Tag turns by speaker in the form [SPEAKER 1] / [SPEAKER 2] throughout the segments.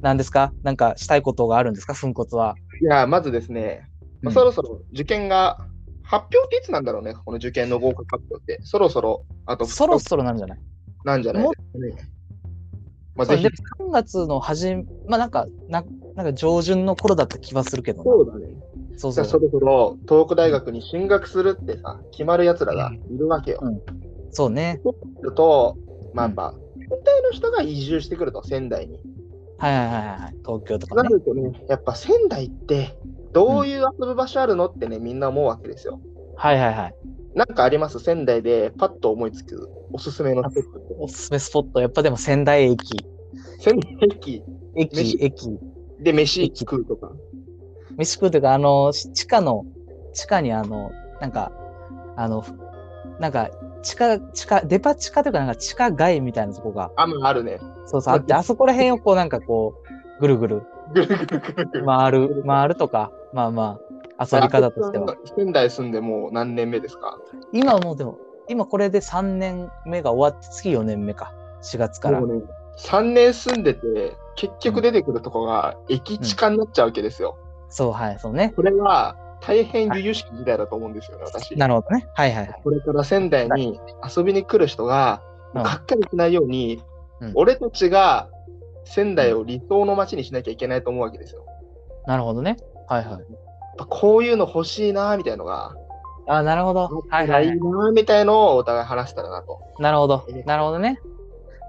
[SPEAKER 1] 何ですかなんかしたいことがあるんですか粉骨は。
[SPEAKER 2] いや、まずですね、
[SPEAKER 1] う
[SPEAKER 2] まあ
[SPEAKER 1] ん
[SPEAKER 2] そろそろ受験が、発表っていつなんだろうね、この受験の合格発表って。そろそろ、あと
[SPEAKER 1] そろ
[SPEAKER 2] ろ
[SPEAKER 1] そろなんじゃない
[SPEAKER 2] なんじゃない
[SPEAKER 1] も
[SPEAKER 2] ですかね。まあ、
[SPEAKER 1] そ
[SPEAKER 2] ぜ
[SPEAKER 1] う
[SPEAKER 2] ひ
[SPEAKER 1] で。も3月の初め、まあなんか、ななんか上旬の頃だった気はするけどな。
[SPEAKER 2] そうだね。
[SPEAKER 1] そう
[SPEAKER 2] じ
[SPEAKER 1] そ
[SPEAKER 2] ゃ
[SPEAKER 1] う
[SPEAKER 2] あそろそろ、東北大学に進学するってさ、決まるやつらがいるわけよ。
[SPEAKER 1] そうね。
[SPEAKER 2] すると、まあ、
[SPEAKER 1] うん
[SPEAKER 2] やっぱ、大体の人が移住してくると、仙台に。
[SPEAKER 1] はいはいはいはい。東京とか
[SPEAKER 2] な
[SPEAKER 1] ね。
[SPEAKER 2] るとね、やっぱ仙台って、どういう遊ぶ場所あるのってね、みんな思うわけですよ。
[SPEAKER 1] はいはいはい。
[SPEAKER 2] なんかあります仙台でパッと思いつくおすすめのスポットって。
[SPEAKER 1] おすすめスポット、やっぱでも仙台駅。
[SPEAKER 2] 仙台駅
[SPEAKER 1] 駅
[SPEAKER 2] 飯、
[SPEAKER 1] 駅。
[SPEAKER 2] で飯食うとか。
[SPEAKER 1] 飯食うというか、あの、し地下の、地下にあの、なんか、あの、なんか、地下、地下、デパ地下というか、なんか地下街みたいなとこが、
[SPEAKER 2] あ、まあ、あるね。
[SPEAKER 1] そうそう、あって、あそこら辺をこう、なんかこう、ぐるぐる
[SPEAKER 2] ぐるぐるぐるぐる。
[SPEAKER 1] 回る、回るとか、まあまあ、遊び方としては。
[SPEAKER 2] 仙台住んでもう何年目ですか
[SPEAKER 1] 今はもうでも、今これで3年目が終わって、次4年目か、4月から。
[SPEAKER 2] もうね、3年住んでて、結局出てくるとこが駅地下になっちゃうわけですよ。
[SPEAKER 1] そう、はい、そうね。
[SPEAKER 2] これは大変由々しき時代だと思うんですよね、私。
[SPEAKER 1] なるほどね。はいはいはい。
[SPEAKER 2] これから仙台に遊びに来る人が、
[SPEAKER 1] うん
[SPEAKER 2] がっかりしないように、
[SPEAKER 1] うん
[SPEAKER 2] 俺たちが仙台を理想の街にしなきゃいけないと思うわけですよ。
[SPEAKER 1] なるほどね。はいはい。
[SPEAKER 2] やっぱこういうの欲しいなみたいのが、
[SPEAKER 1] あ、なるほど。はいはい、はい
[SPEAKER 2] いい。なみたいのをお互い話したらなと。
[SPEAKER 1] なるほど
[SPEAKER 2] えー。
[SPEAKER 1] なるほどね。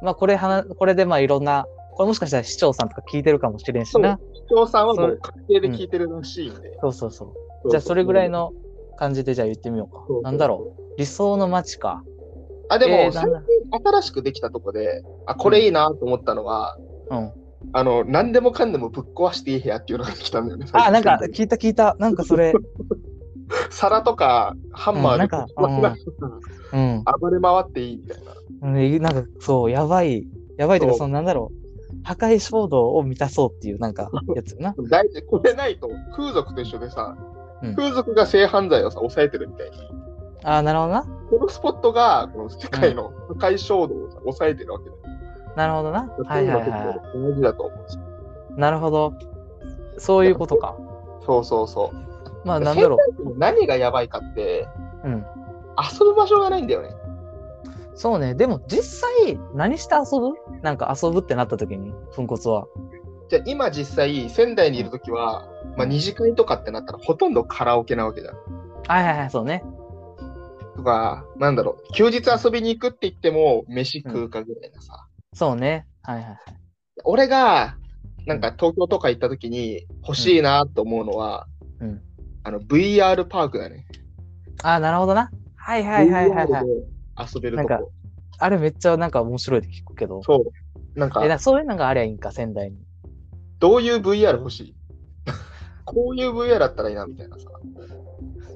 [SPEAKER 1] まあ、これはな、これでまあいろんな、これもしかしたら市長さんとか聞いてるかもしれんしな。
[SPEAKER 2] 視聴さんはも
[SPEAKER 1] そう
[SPEAKER 2] う確定で聞いてるらしいんで。
[SPEAKER 1] そうそうそうじゃあ、それぐらい。の感じでじゃあ言ってみよ
[SPEAKER 2] そうう
[SPEAKER 1] か。なんだろう。理想の街か。
[SPEAKER 2] うあ、でも、
[SPEAKER 1] えー
[SPEAKER 2] 最
[SPEAKER 1] なんだ
[SPEAKER 2] 近新しくできたとこで、あ、これいいなと思ったのは、
[SPEAKER 1] うん。
[SPEAKER 2] あの、何でもかんでもぶっ壊していい部屋っていうのが来たんだよね。
[SPEAKER 1] あ、なんか
[SPEAKER 2] 最近
[SPEAKER 1] 聞いた聞いた。なんかそれ、
[SPEAKER 2] 皿とかハンマーで
[SPEAKER 1] うんなんか
[SPEAKER 2] ぶっ壊し
[SPEAKER 1] うん。
[SPEAKER 2] 暴れ回っていいみたいな。
[SPEAKER 1] ねなんかそう、やばい。やばいという
[SPEAKER 2] そ
[SPEAKER 1] か、そ
[SPEAKER 2] う
[SPEAKER 1] のなんだろう。破壊衝動を満たそうっていう、なんか、やつよな。
[SPEAKER 2] 大事これないと風俗と一緒で
[SPEAKER 1] う
[SPEAKER 2] さ、
[SPEAKER 1] ん
[SPEAKER 2] 風俗が性犯罪をさ抑えてるみたいに
[SPEAKER 1] あーなるほどな。
[SPEAKER 2] このスポットがこの世界の破壊衝動をさ抑えてるわけだよ、
[SPEAKER 1] なるほどな。はいはいは
[SPEAKER 2] そういうのって同じだと思うんですよ
[SPEAKER 1] い。なるほど。そういうことか。
[SPEAKER 2] そうそうそう
[SPEAKER 1] まあ、なんだろ
[SPEAKER 2] 仙台区の何がやばいかって
[SPEAKER 1] う。うん。
[SPEAKER 2] 遊ぶ場所がないんだよね
[SPEAKER 1] そうね、でも実際、何して遊ぶなんか遊ぶってなった時に、粉骨は。
[SPEAKER 2] じゃあ今実際仙台にいる時は、まあ、二次会とかってなったらほとんどカラオケなわけじゃん
[SPEAKER 1] はいはいはい、そうね。
[SPEAKER 2] とかなんだろう休日遊びに行くって言っても飯食うかぐらいなさ、
[SPEAKER 1] そうね。はいはいはい。
[SPEAKER 2] 俺がなんか東京とか行った時に欲しいなと思うのは、
[SPEAKER 1] うん
[SPEAKER 2] あの VR パークだね。
[SPEAKER 1] ああ、なるほどな。はいはいはいはい、はい
[SPEAKER 2] VR。で遊べる
[SPEAKER 1] な
[SPEAKER 2] と
[SPEAKER 1] ん
[SPEAKER 2] こ。
[SPEAKER 1] あれめっちゃなんか面白いって聞くけど。
[SPEAKER 2] そう。なん
[SPEAKER 1] えな
[SPEAKER 2] か、
[SPEAKER 1] そういうのがありゃいいんか、仙台に。
[SPEAKER 2] どういう VR 欲しい こういう VR だったらいいなみたいなさ。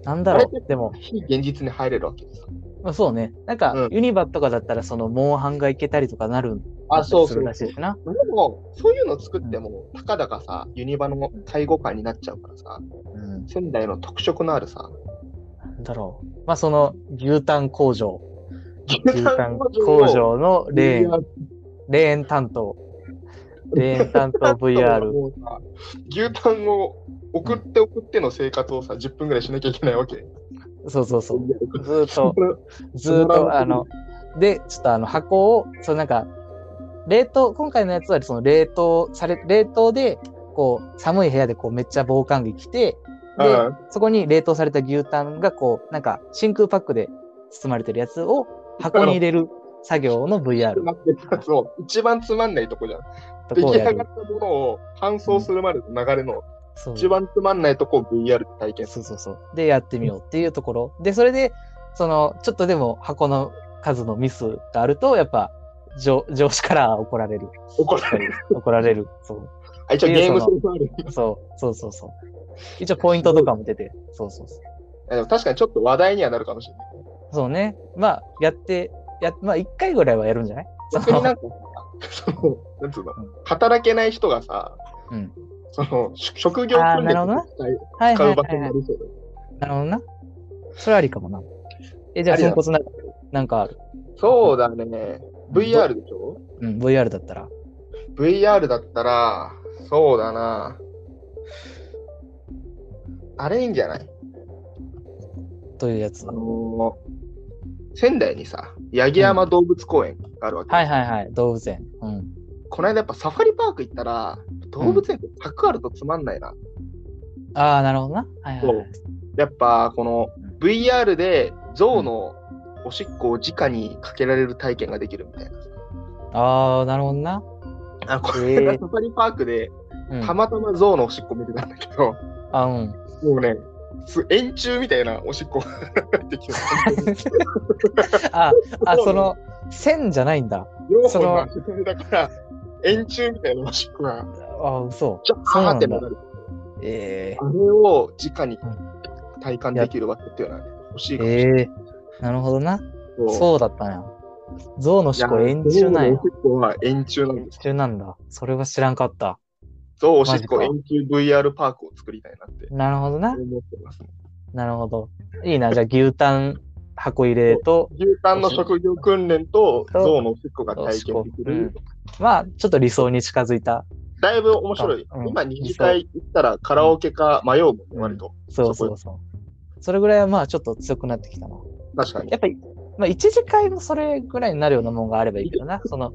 [SPEAKER 1] なんだ
[SPEAKER 2] あれ
[SPEAKER 1] ろ
[SPEAKER 2] って
[SPEAKER 1] う。でも、
[SPEAKER 2] 非現実に入れるわけです。
[SPEAKER 1] まあ、そうね。なんか、
[SPEAKER 2] うん
[SPEAKER 1] ユニバとかだったら、その、モンハンが行けたりとかなるん
[SPEAKER 2] あ、そう
[SPEAKER 1] す
[SPEAKER 2] そ
[SPEAKER 1] る
[SPEAKER 2] う。
[SPEAKER 1] らしいしな。
[SPEAKER 2] でも、そういうの作っても、たかだかさ、ユニバの介護官になっちゃうからさ、
[SPEAKER 1] うん。
[SPEAKER 2] 仙台の特色のあるさ、
[SPEAKER 1] なんだろう。まあ、その、牛タン工場。牛タン工
[SPEAKER 2] 工場
[SPEAKER 1] 場のレ ーン、レーン担当。レーン担当 VR。
[SPEAKER 2] もうさ牛タンを送って送っての生活をさ、10分ぐらいしなきゃいけないわけ。
[SPEAKER 1] そうそうそう。ずーっと
[SPEAKER 2] こ、れ
[SPEAKER 1] ずーっ
[SPEAKER 2] そん
[SPEAKER 1] と、
[SPEAKER 2] な
[SPEAKER 1] あの、で、ちょっとあの、箱を、そのなんか、冷凍、今回のやつは、その冷凍され、冷凍で、こう、寒い部屋で、こう、めっちゃ防寒着着て、で、
[SPEAKER 2] うん
[SPEAKER 1] そこに冷凍された牛タンが、こう、なんか、真空パックで包まれてるやつを、箱に入れる作業の VR
[SPEAKER 2] 待ってたやつを一番つまんないとこじゃん。
[SPEAKER 1] と
[SPEAKER 2] 出
[SPEAKER 1] こ
[SPEAKER 2] 来
[SPEAKER 1] をや
[SPEAKER 2] 上が
[SPEAKER 1] る。
[SPEAKER 2] ったものを搬送するまでの流れの
[SPEAKER 1] そう
[SPEAKER 2] 一番つまんないとこを VR で体験する。
[SPEAKER 1] そうそうそう。で、やってみようっていうところ。で、それで、その、ちょっとでも箱の数のミスがあると、やっぱ、上上司から怒られる。
[SPEAKER 2] 怒られる。
[SPEAKER 1] 怒られる。そう。
[SPEAKER 2] あ、一応
[SPEAKER 1] ってい
[SPEAKER 2] ゲ
[SPEAKER 1] う
[SPEAKER 2] ーム
[SPEAKER 1] その
[SPEAKER 2] 性もある。
[SPEAKER 1] そうそうそうそう。一応ポイントとかも出て。そうそうそう。
[SPEAKER 2] あでも確かにちょっと話題にはなるかもしれない。
[SPEAKER 1] そうね。まあ、やって、やまあ、一回ぐらいはやるんじゃない
[SPEAKER 2] 逆になんかさ、その、なんつうの、働けない人がさ、
[SPEAKER 1] うん
[SPEAKER 2] その、し職業
[SPEAKER 1] あー
[SPEAKER 2] 訓練
[SPEAKER 1] なるほどな
[SPEAKER 2] として
[SPEAKER 1] はい
[SPEAKER 2] 使
[SPEAKER 1] は
[SPEAKER 2] う
[SPEAKER 1] い
[SPEAKER 2] 場
[SPEAKER 1] は
[SPEAKER 2] 所
[SPEAKER 1] い、
[SPEAKER 2] に
[SPEAKER 1] は。
[SPEAKER 2] ないりそうだよね
[SPEAKER 1] なるほどな。それありかもな。え、じゃあ、
[SPEAKER 2] ありだ
[SPEAKER 1] 豚骨な、なんかある。
[SPEAKER 2] そうだね。VR でしょ
[SPEAKER 1] うん、VR だったら。
[SPEAKER 2] ?VR だったら、そうだな。あれいいんじゃない
[SPEAKER 1] というやつ。
[SPEAKER 2] あ
[SPEAKER 1] は
[SPEAKER 2] のー仙台にさ、八木山動物公園があるわけ、
[SPEAKER 1] いはいはい、動物園。うん。
[SPEAKER 2] この間やっぱサファリパーク行ったら、動物園って柵あるとつまんないな。
[SPEAKER 1] ああ、なるほどな。はいはいはい。
[SPEAKER 2] やっぱこの VR で象のおしっこを直にかけられる体験ができるみたいな。
[SPEAKER 1] ああ、なるほどな。
[SPEAKER 2] あのこ
[SPEAKER 1] へ
[SPEAKER 2] れ
[SPEAKER 1] ー
[SPEAKER 2] がサファリパークで、
[SPEAKER 1] うん、
[SPEAKER 2] たまたま象のおしっこ見てたんだけど、
[SPEAKER 1] あうん。
[SPEAKER 2] もうね、す円柱みたいなおしっこが出てきた。
[SPEAKER 1] あ、あ、
[SPEAKER 2] そう
[SPEAKER 1] その、線じゃないんだ。
[SPEAKER 2] 両
[SPEAKER 1] そ
[SPEAKER 2] 方
[SPEAKER 1] の
[SPEAKER 2] の足首だから、円柱みたいなおしっこが、
[SPEAKER 1] ああ、嘘。
[SPEAKER 2] ちょっとってなる。
[SPEAKER 1] え
[SPEAKER 2] あれを直に
[SPEAKER 1] う
[SPEAKER 2] 体感できるわけっていうのはね、欲しい
[SPEAKER 1] え
[SPEAKER 2] かもしれない。
[SPEAKER 1] ええなるほどな。そうだったんや。象の思考
[SPEAKER 2] いや
[SPEAKER 1] 円柱なんや
[SPEAKER 2] 象のお。しっこは円柱なん
[SPEAKER 1] 円
[SPEAKER 2] です。
[SPEAKER 1] 柱なんだ。それは知らんかった。
[SPEAKER 2] 象おしっこ
[SPEAKER 1] マ
[SPEAKER 2] 円柱 VR パークを作りたいなって
[SPEAKER 1] なるほどな。
[SPEAKER 2] 思ってます。
[SPEAKER 1] なるほど。いいな。じゃあ牛タン箱入れと、
[SPEAKER 2] 牛タンの職業訓練と
[SPEAKER 1] そう
[SPEAKER 2] 象のおしっこが体験でき
[SPEAKER 1] うん
[SPEAKER 2] る。
[SPEAKER 1] まあ、ちょっと理想に近づいた。
[SPEAKER 2] だいぶ面白い。
[SPEAKER 1] うん
[SPEAKER 2] 今、二次会行ったらカラオケか迷うもんね、
[SPEAKER 1] うん
[SPEAKER 2] 割と。
[SPEAKER 1] そうそうそう。それぐらいはまあちょっと強くなってきたな。
[SPEAKER 2] 確かに。
[SPEAKER 1] やっぱり、まあ一次会もそれぐらいになるようなもんがあればいいけどな。その、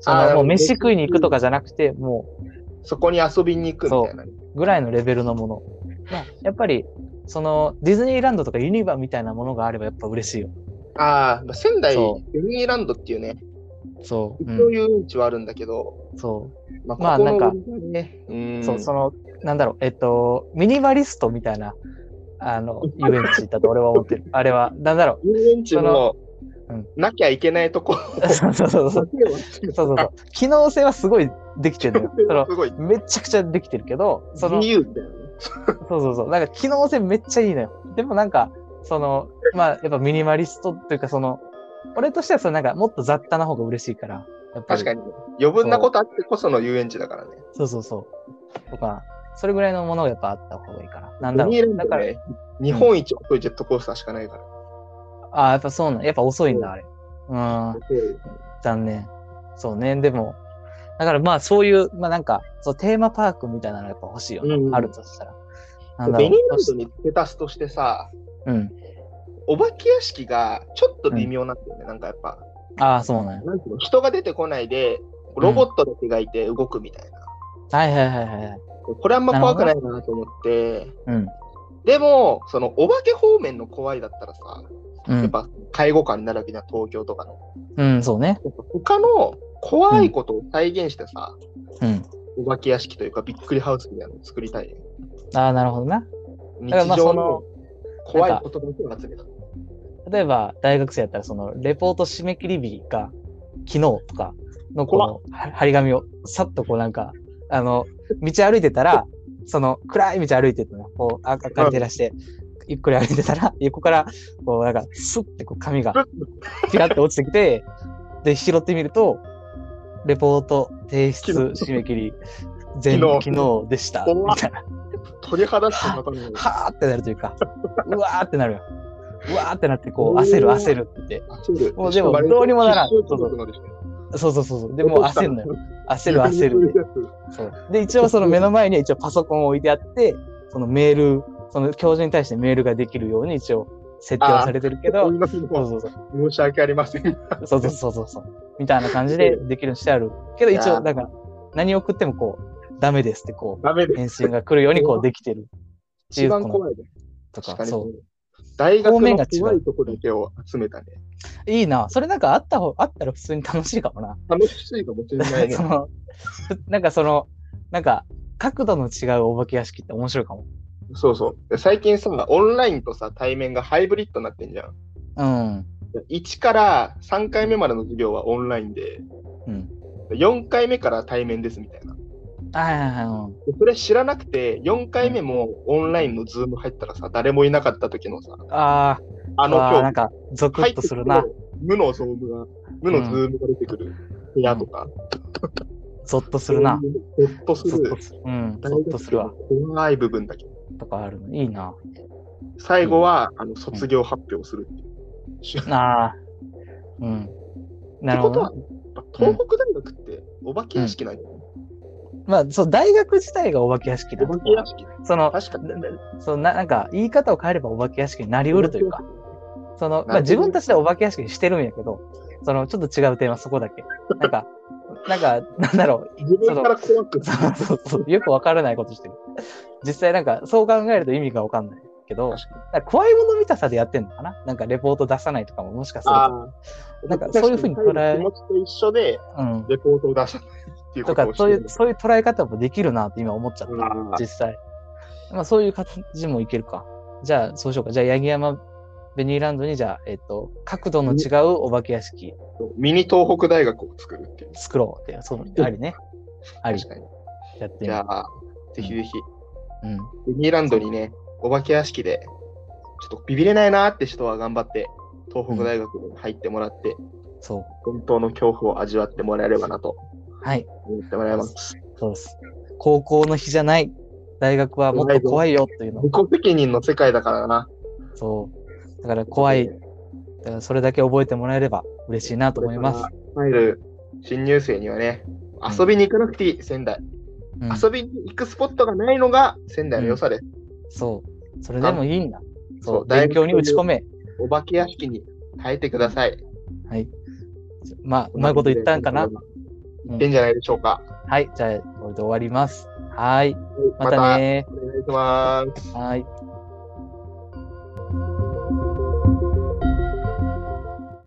[SPEAKER 1] そ
[SPEAKER 2] あー
[SPEAKER 1] のもう飯食いに行くとかじゃなくて、もう
[SPEAKER 2] そこに遊びに行くみたいなね。
[SPEAKER 1] ぐらいのレベルのもの。まあ、やっぱり、そのディズニーランドとかユニバみたいなものがあればやっぱ嬉しいよ。
[SPEAKER 2] ああ、仙台、
[SPEAKER 1] そ
[SPEAKER 2] ユニーランドっていうね、
[SPEAKER 1] そう。
[SPEAKER 2] 一
[SPEAKER 1] う
[SPEAKER 2] 応遊園地はあるんだけど、
[SPEAKER 1] ん、そう。
[SPEAKER 2] まあ、
[SPEAKER 1] まあ
[SPEAKER 2] ここの
[SPEAKER 1] なんか
[SPEAKER 2] 売りがね、うん
[SPEAKER 1] そう、その、なんだろう、えっと、ミニマリストみたいな、あの、遊園地だと俺は思って る。あれは、なんだろ
[SPEAKER 2] 遊園地の
[SPEAKER 1] そのうん
[SPEAKER 2] なきゃいけないところ
[SPEAKER 1] う。そうそうそうそう。そうそうそう。機能性はすごいできてるのよ。その
[SPEAKER 2] すごい、
[SPEAKER 1] めちゃくちゃできてるけど、その、
[SPEAKER 2] 自由だよね。
[SPEAKER 1] そうそうそう。なんか機能性めっちゃいいのよ。でもなんか、その、まあ、やっぱミニマリストっていうか、その、俺としてはそのなんかもっと雑多な方が嬉しいから、やっぱり。
[SPEAKER 2] 確かに。余分なことあってこその遊園地だからね。
[SPEAKER 1] そうそうそう。とか、それぐらいのものがやっぱあった方がいいから。なん
[SPEAKER 2] ユ
[SPEAKER 1] だろ
[SPEAKER 2] ニー
[SPEAKER 1] う。
[SPEAKER 2] ラン
[SPEAKER 1] だ
[SPEAKER 2] ド
[SPEAKER 1] から、
[SPEAKER 2] ね、日本一遅いジェットコースターしかないから。
[SPEAKER 1] ああ、やっぱそうなん。やっぱ遅いんだ、あれ。うん、残念。そうね。でも、だからまあそういう、まあなんか、そう、テーマパークみたいなのがやっぱ欲しいよね。
[SPEAKER 2] うん
[SPEAKER 1] あるとしたら。なんだろ
[SPEAKER 2] ベ
[SPEAKER 1] う
[SPEAKER 2] ニーランドに付け足すとしてさ、
[SPEAKER 1] うん。
[SPEAKER 2] お化け屋敷がちょっと微妙なんだよね、なんかやっぱ。
[SPEAKER 1] ああ、そうなんや。
[SPEAKER 2] なんていうの人が出てこないで、ロボットだけがいて動くみたいな。
[SPEAKER 1] はいはいはいはいはい。
[SPEAKER 2] これあんま怖くないなと思って、
[SPEAKER 1] うん。
[SPEAKER 2] でも、そのお化け方面の怖いだったらさ、
[SPEAKER 1] う
[SPEAKER 2] やっ
[SPEAKER 1] ん。
[SPEAKER 2] ぱ介護官になるわけじゃん、東京とかの。
[SPEAKER 1] うん、そうね。
[SPEAKER 2] やっぱ他の怖いことを再現してさ、
[SPEAKER 1] うん。
[SPEAKER 2] お化け屋敷というかびっくりハウスみたいなのを作りたいね。
[SPEAKER 1] ああ、なるほどな。
[SPEAKER 2] 日
[SPEAKER 1] からまあ
[SPEAKER 2] 常
[SPEAKER 1] その
[SPEAKER 2] の怖いことだけを集めた。
[SPEAKER 1] 例えば、大学生やったら、その、レポート締め切り日が、昨日とかのこの、は張り紙を、さっとこうなんか、あの、道歩いてたら、その、暗い道歩いてたら、こう、あ明かり照らして、ゆっくり歩いてたら、 横から、こう、なんか、スッてこう、紙が、ピラッて落ちてきて、で、拾ってみると、レポート提出
[SPEAKER 2] 昨
[SPEAKER 1] 締め切り、全
[SPEAKER 2] 昨
[SPEAKER 1] 昨
[SPEAKER 2] 日
[SPEAKER 1] 日でした、み
[SPEAKER 2] 怖った
[SPEAKER 1] いな。
[SPEAKER 2] 鳥肌してまたね。
[SPEAKER 1] はーってなるというか、うわーってなるよ。うわーってなって、こう、焦る焦るって言って。もうでもどうにもならんそうそうそうそう。でもう焦る のよ。焦る焦るで。そうで、一応その目の前には一応パソコンを置いてあって、そのメール、その教授に対してメールができるように一応設定はされてるけ
[SPEAKER 2] け ど
[SPEAKER 1] ど、、そうそうそう
[SPEAKER 2] 申し訳ありません。
[SPEAKER 1] そうそうそうそうそう。みたいな感じ でできるようにしてある。けど一
[SPEAKER 2] いや
[SPEAKER 1] 応、
[SPEAKER 2] ー
[SPEAKER 1] なんか、何を送ってもこう、ダメですってこ
[SPEAKER 2] ダメ
[SPEAKER 1] う、
[SPEAKER 2] です。
[SPEAKER 1] 返信が来るようにこうできてる
[SPEAKER 2] 一番怖いです。
[SPEAKER 1] と
[SPEAKER 2] 確
[SPEAKER 1] か、
[SPEAKER 2] かに
[SPEAKER 1] そう。。
[SPEAKER 2] 大学
[SPEAKER 1] 方面が
[SPEAKER 2] の
[SPEAKER 1] 違う
[SPEAKER 2] 怖いとこだけを集めたね。
[SPEAKER 1] いいな。それなんかあった方、あったら普通に楽しいかもな。
[SPEAKER 2] 楽しいかもしれない ね
[SPEAKER 1] そ。の、なんかその、なんか、角度の違うお化け屋敷って面白いかも。
[SPEAKER 2] そうそう。最近さ、オンラインとさ、対面がハイブリッドになってんじゃん。
[SPEAKER 1] うん。
[SPEAKER 2] 1から3回目までの授業はオンラインで、
[SPEAKER 1] うん。
[SPEAKER 2] 4回目から対面ですみたいな。
[SPEAKER 1] はいはいはいうん。
[SPEAKER 2] でそれ知らなくて、4回目もオンラインのズーム入ったらさ、誰もいなかった時のさ、
[SPEAKER 1] あ
[SPEAKER 2] あ
[SPEAKER 1] あ、
[SPEAKER 2] の
[SPEAKER 1] わあな
[SPEAKER 2] 今
[SPEAKER 1] んか、ゾ
[SPEAKER 2] 日
[SPEAKER 1] クッとするな。
[SPEAKER 2] 無のズームが、無のズームが出てくる部屋とか、
[SPEAKER 1] ゾッとするな。
[SPEAKER 2] そういう。ほっとす
[SPEAKER 1] ゾッ
[SPEAKER 2] る
[SPEAKER 1] と。する。うん。ゾッとするわ。。
[SPEAKER 2] 怖い部分だけ。
[SPEAKER 1] とかあるの。いいな。
[SPEAKER 2] 最後は、あの卒業発表するっていう。
[SPEAKER 1] ああ。うん。なるほどな。
[SPEAKER 2] ってことは、やっぱ東北大学ってお化け屋敷なんよね。
[SPEAKER 1] まあ、そう、大学自体がお化け屋敷なん
[SPEAKER 2] お
[SPEAKER 1] で
[SPEAKER 2] 化
[SPEAKER 1] す
[SPEAKER 2] け屋敷。
[SPEAKER 1] その、
[SPEAKER 2] 確かに。
[SPEAKER 1] そのななんか、言い方を変えればお化け屋敷になりうるというか、その、まあ
[SPEAKER 2] なるほど
[SPEAKER 1] 自分たちでお化け屋敷にしてるんやけど、その、ちょっと違う点はそこだけ。なんか、なんか、なんだろ
[SPEAKER 2] 自分から怖く
[SPEAKER 1] う、。そうそうそう、よくわからないことしてる。実際なんか、そう考えると意味がわかんないけど、
[SPEAKER 2] 確かに
[SPEAKER 1] なんか怖いもの見たさでやってんのかななんか、レポート出さないとかももしかする
[SPEAKER 2] あ
[SPEAKER 1] と。
[SPEAKER 2] あ
[SPEAKER 1] なんかそういうふうに捉え
[SPEAKER 2] 気持ちと一緒で、
[SPEAKER 1] うん。
[SPEAKER 2] レポートを出さないっていう
[SPEAKER 1] と
[SPEAKER 2] こと
[SPEAKER 1] か
[SPEAKER 2] を、し
[SPEAKER 1] そう
[SPEAKER 2] て
[SPEAKER 1] い
[SPEAKER 2] る
[SPEAKER 1] う、そういう捉え方もできるなって今思っちゃった。
[SPEAKER 2] うん
[SPEAKER 1] 実際。まあ、そういう形もいけるか。じゃあ、そうしようか。じゃあ、八木山ベニーランドに、じゃあ、えっ、と、角度の違うお化け屋敷
[SPEAKER 2] ミニ東北大学を作るっていう。
[SPEAKER 1] 作ろうって、そう、ありね。あり
[SPEAKER 2] 確、かに。
[SPEAKER 1] やってみ
[SPEAKER 2] じ
[SPEAKER 1] る
[SPEAKER 2] ゃあ、ぜひぜひ、
[SPEAKER 1] うん。
[SPEAKER 2] ディズニーランドにね、お化け屋敷で、ちょっとビビれないなーって人は頑張って、東北大学に入ってもらって、
[SPEAKER 1] そう。
[SPEAKER 2] 本当の恐怖を味わってもらえればなと
[SPEAKER 1] はい。
[SPEAKER 2] 思ってもらいます。
[SPEAKER 1] そうです。高校の日じゃない。大学はもっと怖いよっていうの
[SPEAKER 2] 自。己責任の世界だからな。
[SPEAKER 1] そう。だから怖い。だからそれだけ覚えてもらえれば嬉しいなと思います。
[SPEAKER 2] 入る新入生にはね、遊びに行かなくていい、仙台。
[SPEAKER 1] うん、
[SPEAKER 2] 遊びに行くスポットがないのが仙台の良さです。
[SPEAKER 1] そう。それでもいいんだ。
[SPEAKER 2] そ
[SPEAKER 1] そうう。勉強に打ち込め。
[SPEAKER 2] お化け屋敷に耐えてください。
[SPEAKER 1] はい。まあ、うまいこと言ったんかな。
[SPEAKER 2] 言ってんじゃないでしょうか。
[SPEAKER 1] はい、じゃあ、これで終わります。はい、ま
[SPEAKER 2] また
[SPEAKER 1] たね
[SPEAKER 2] お願いします。
[SPEAKER 1] はい。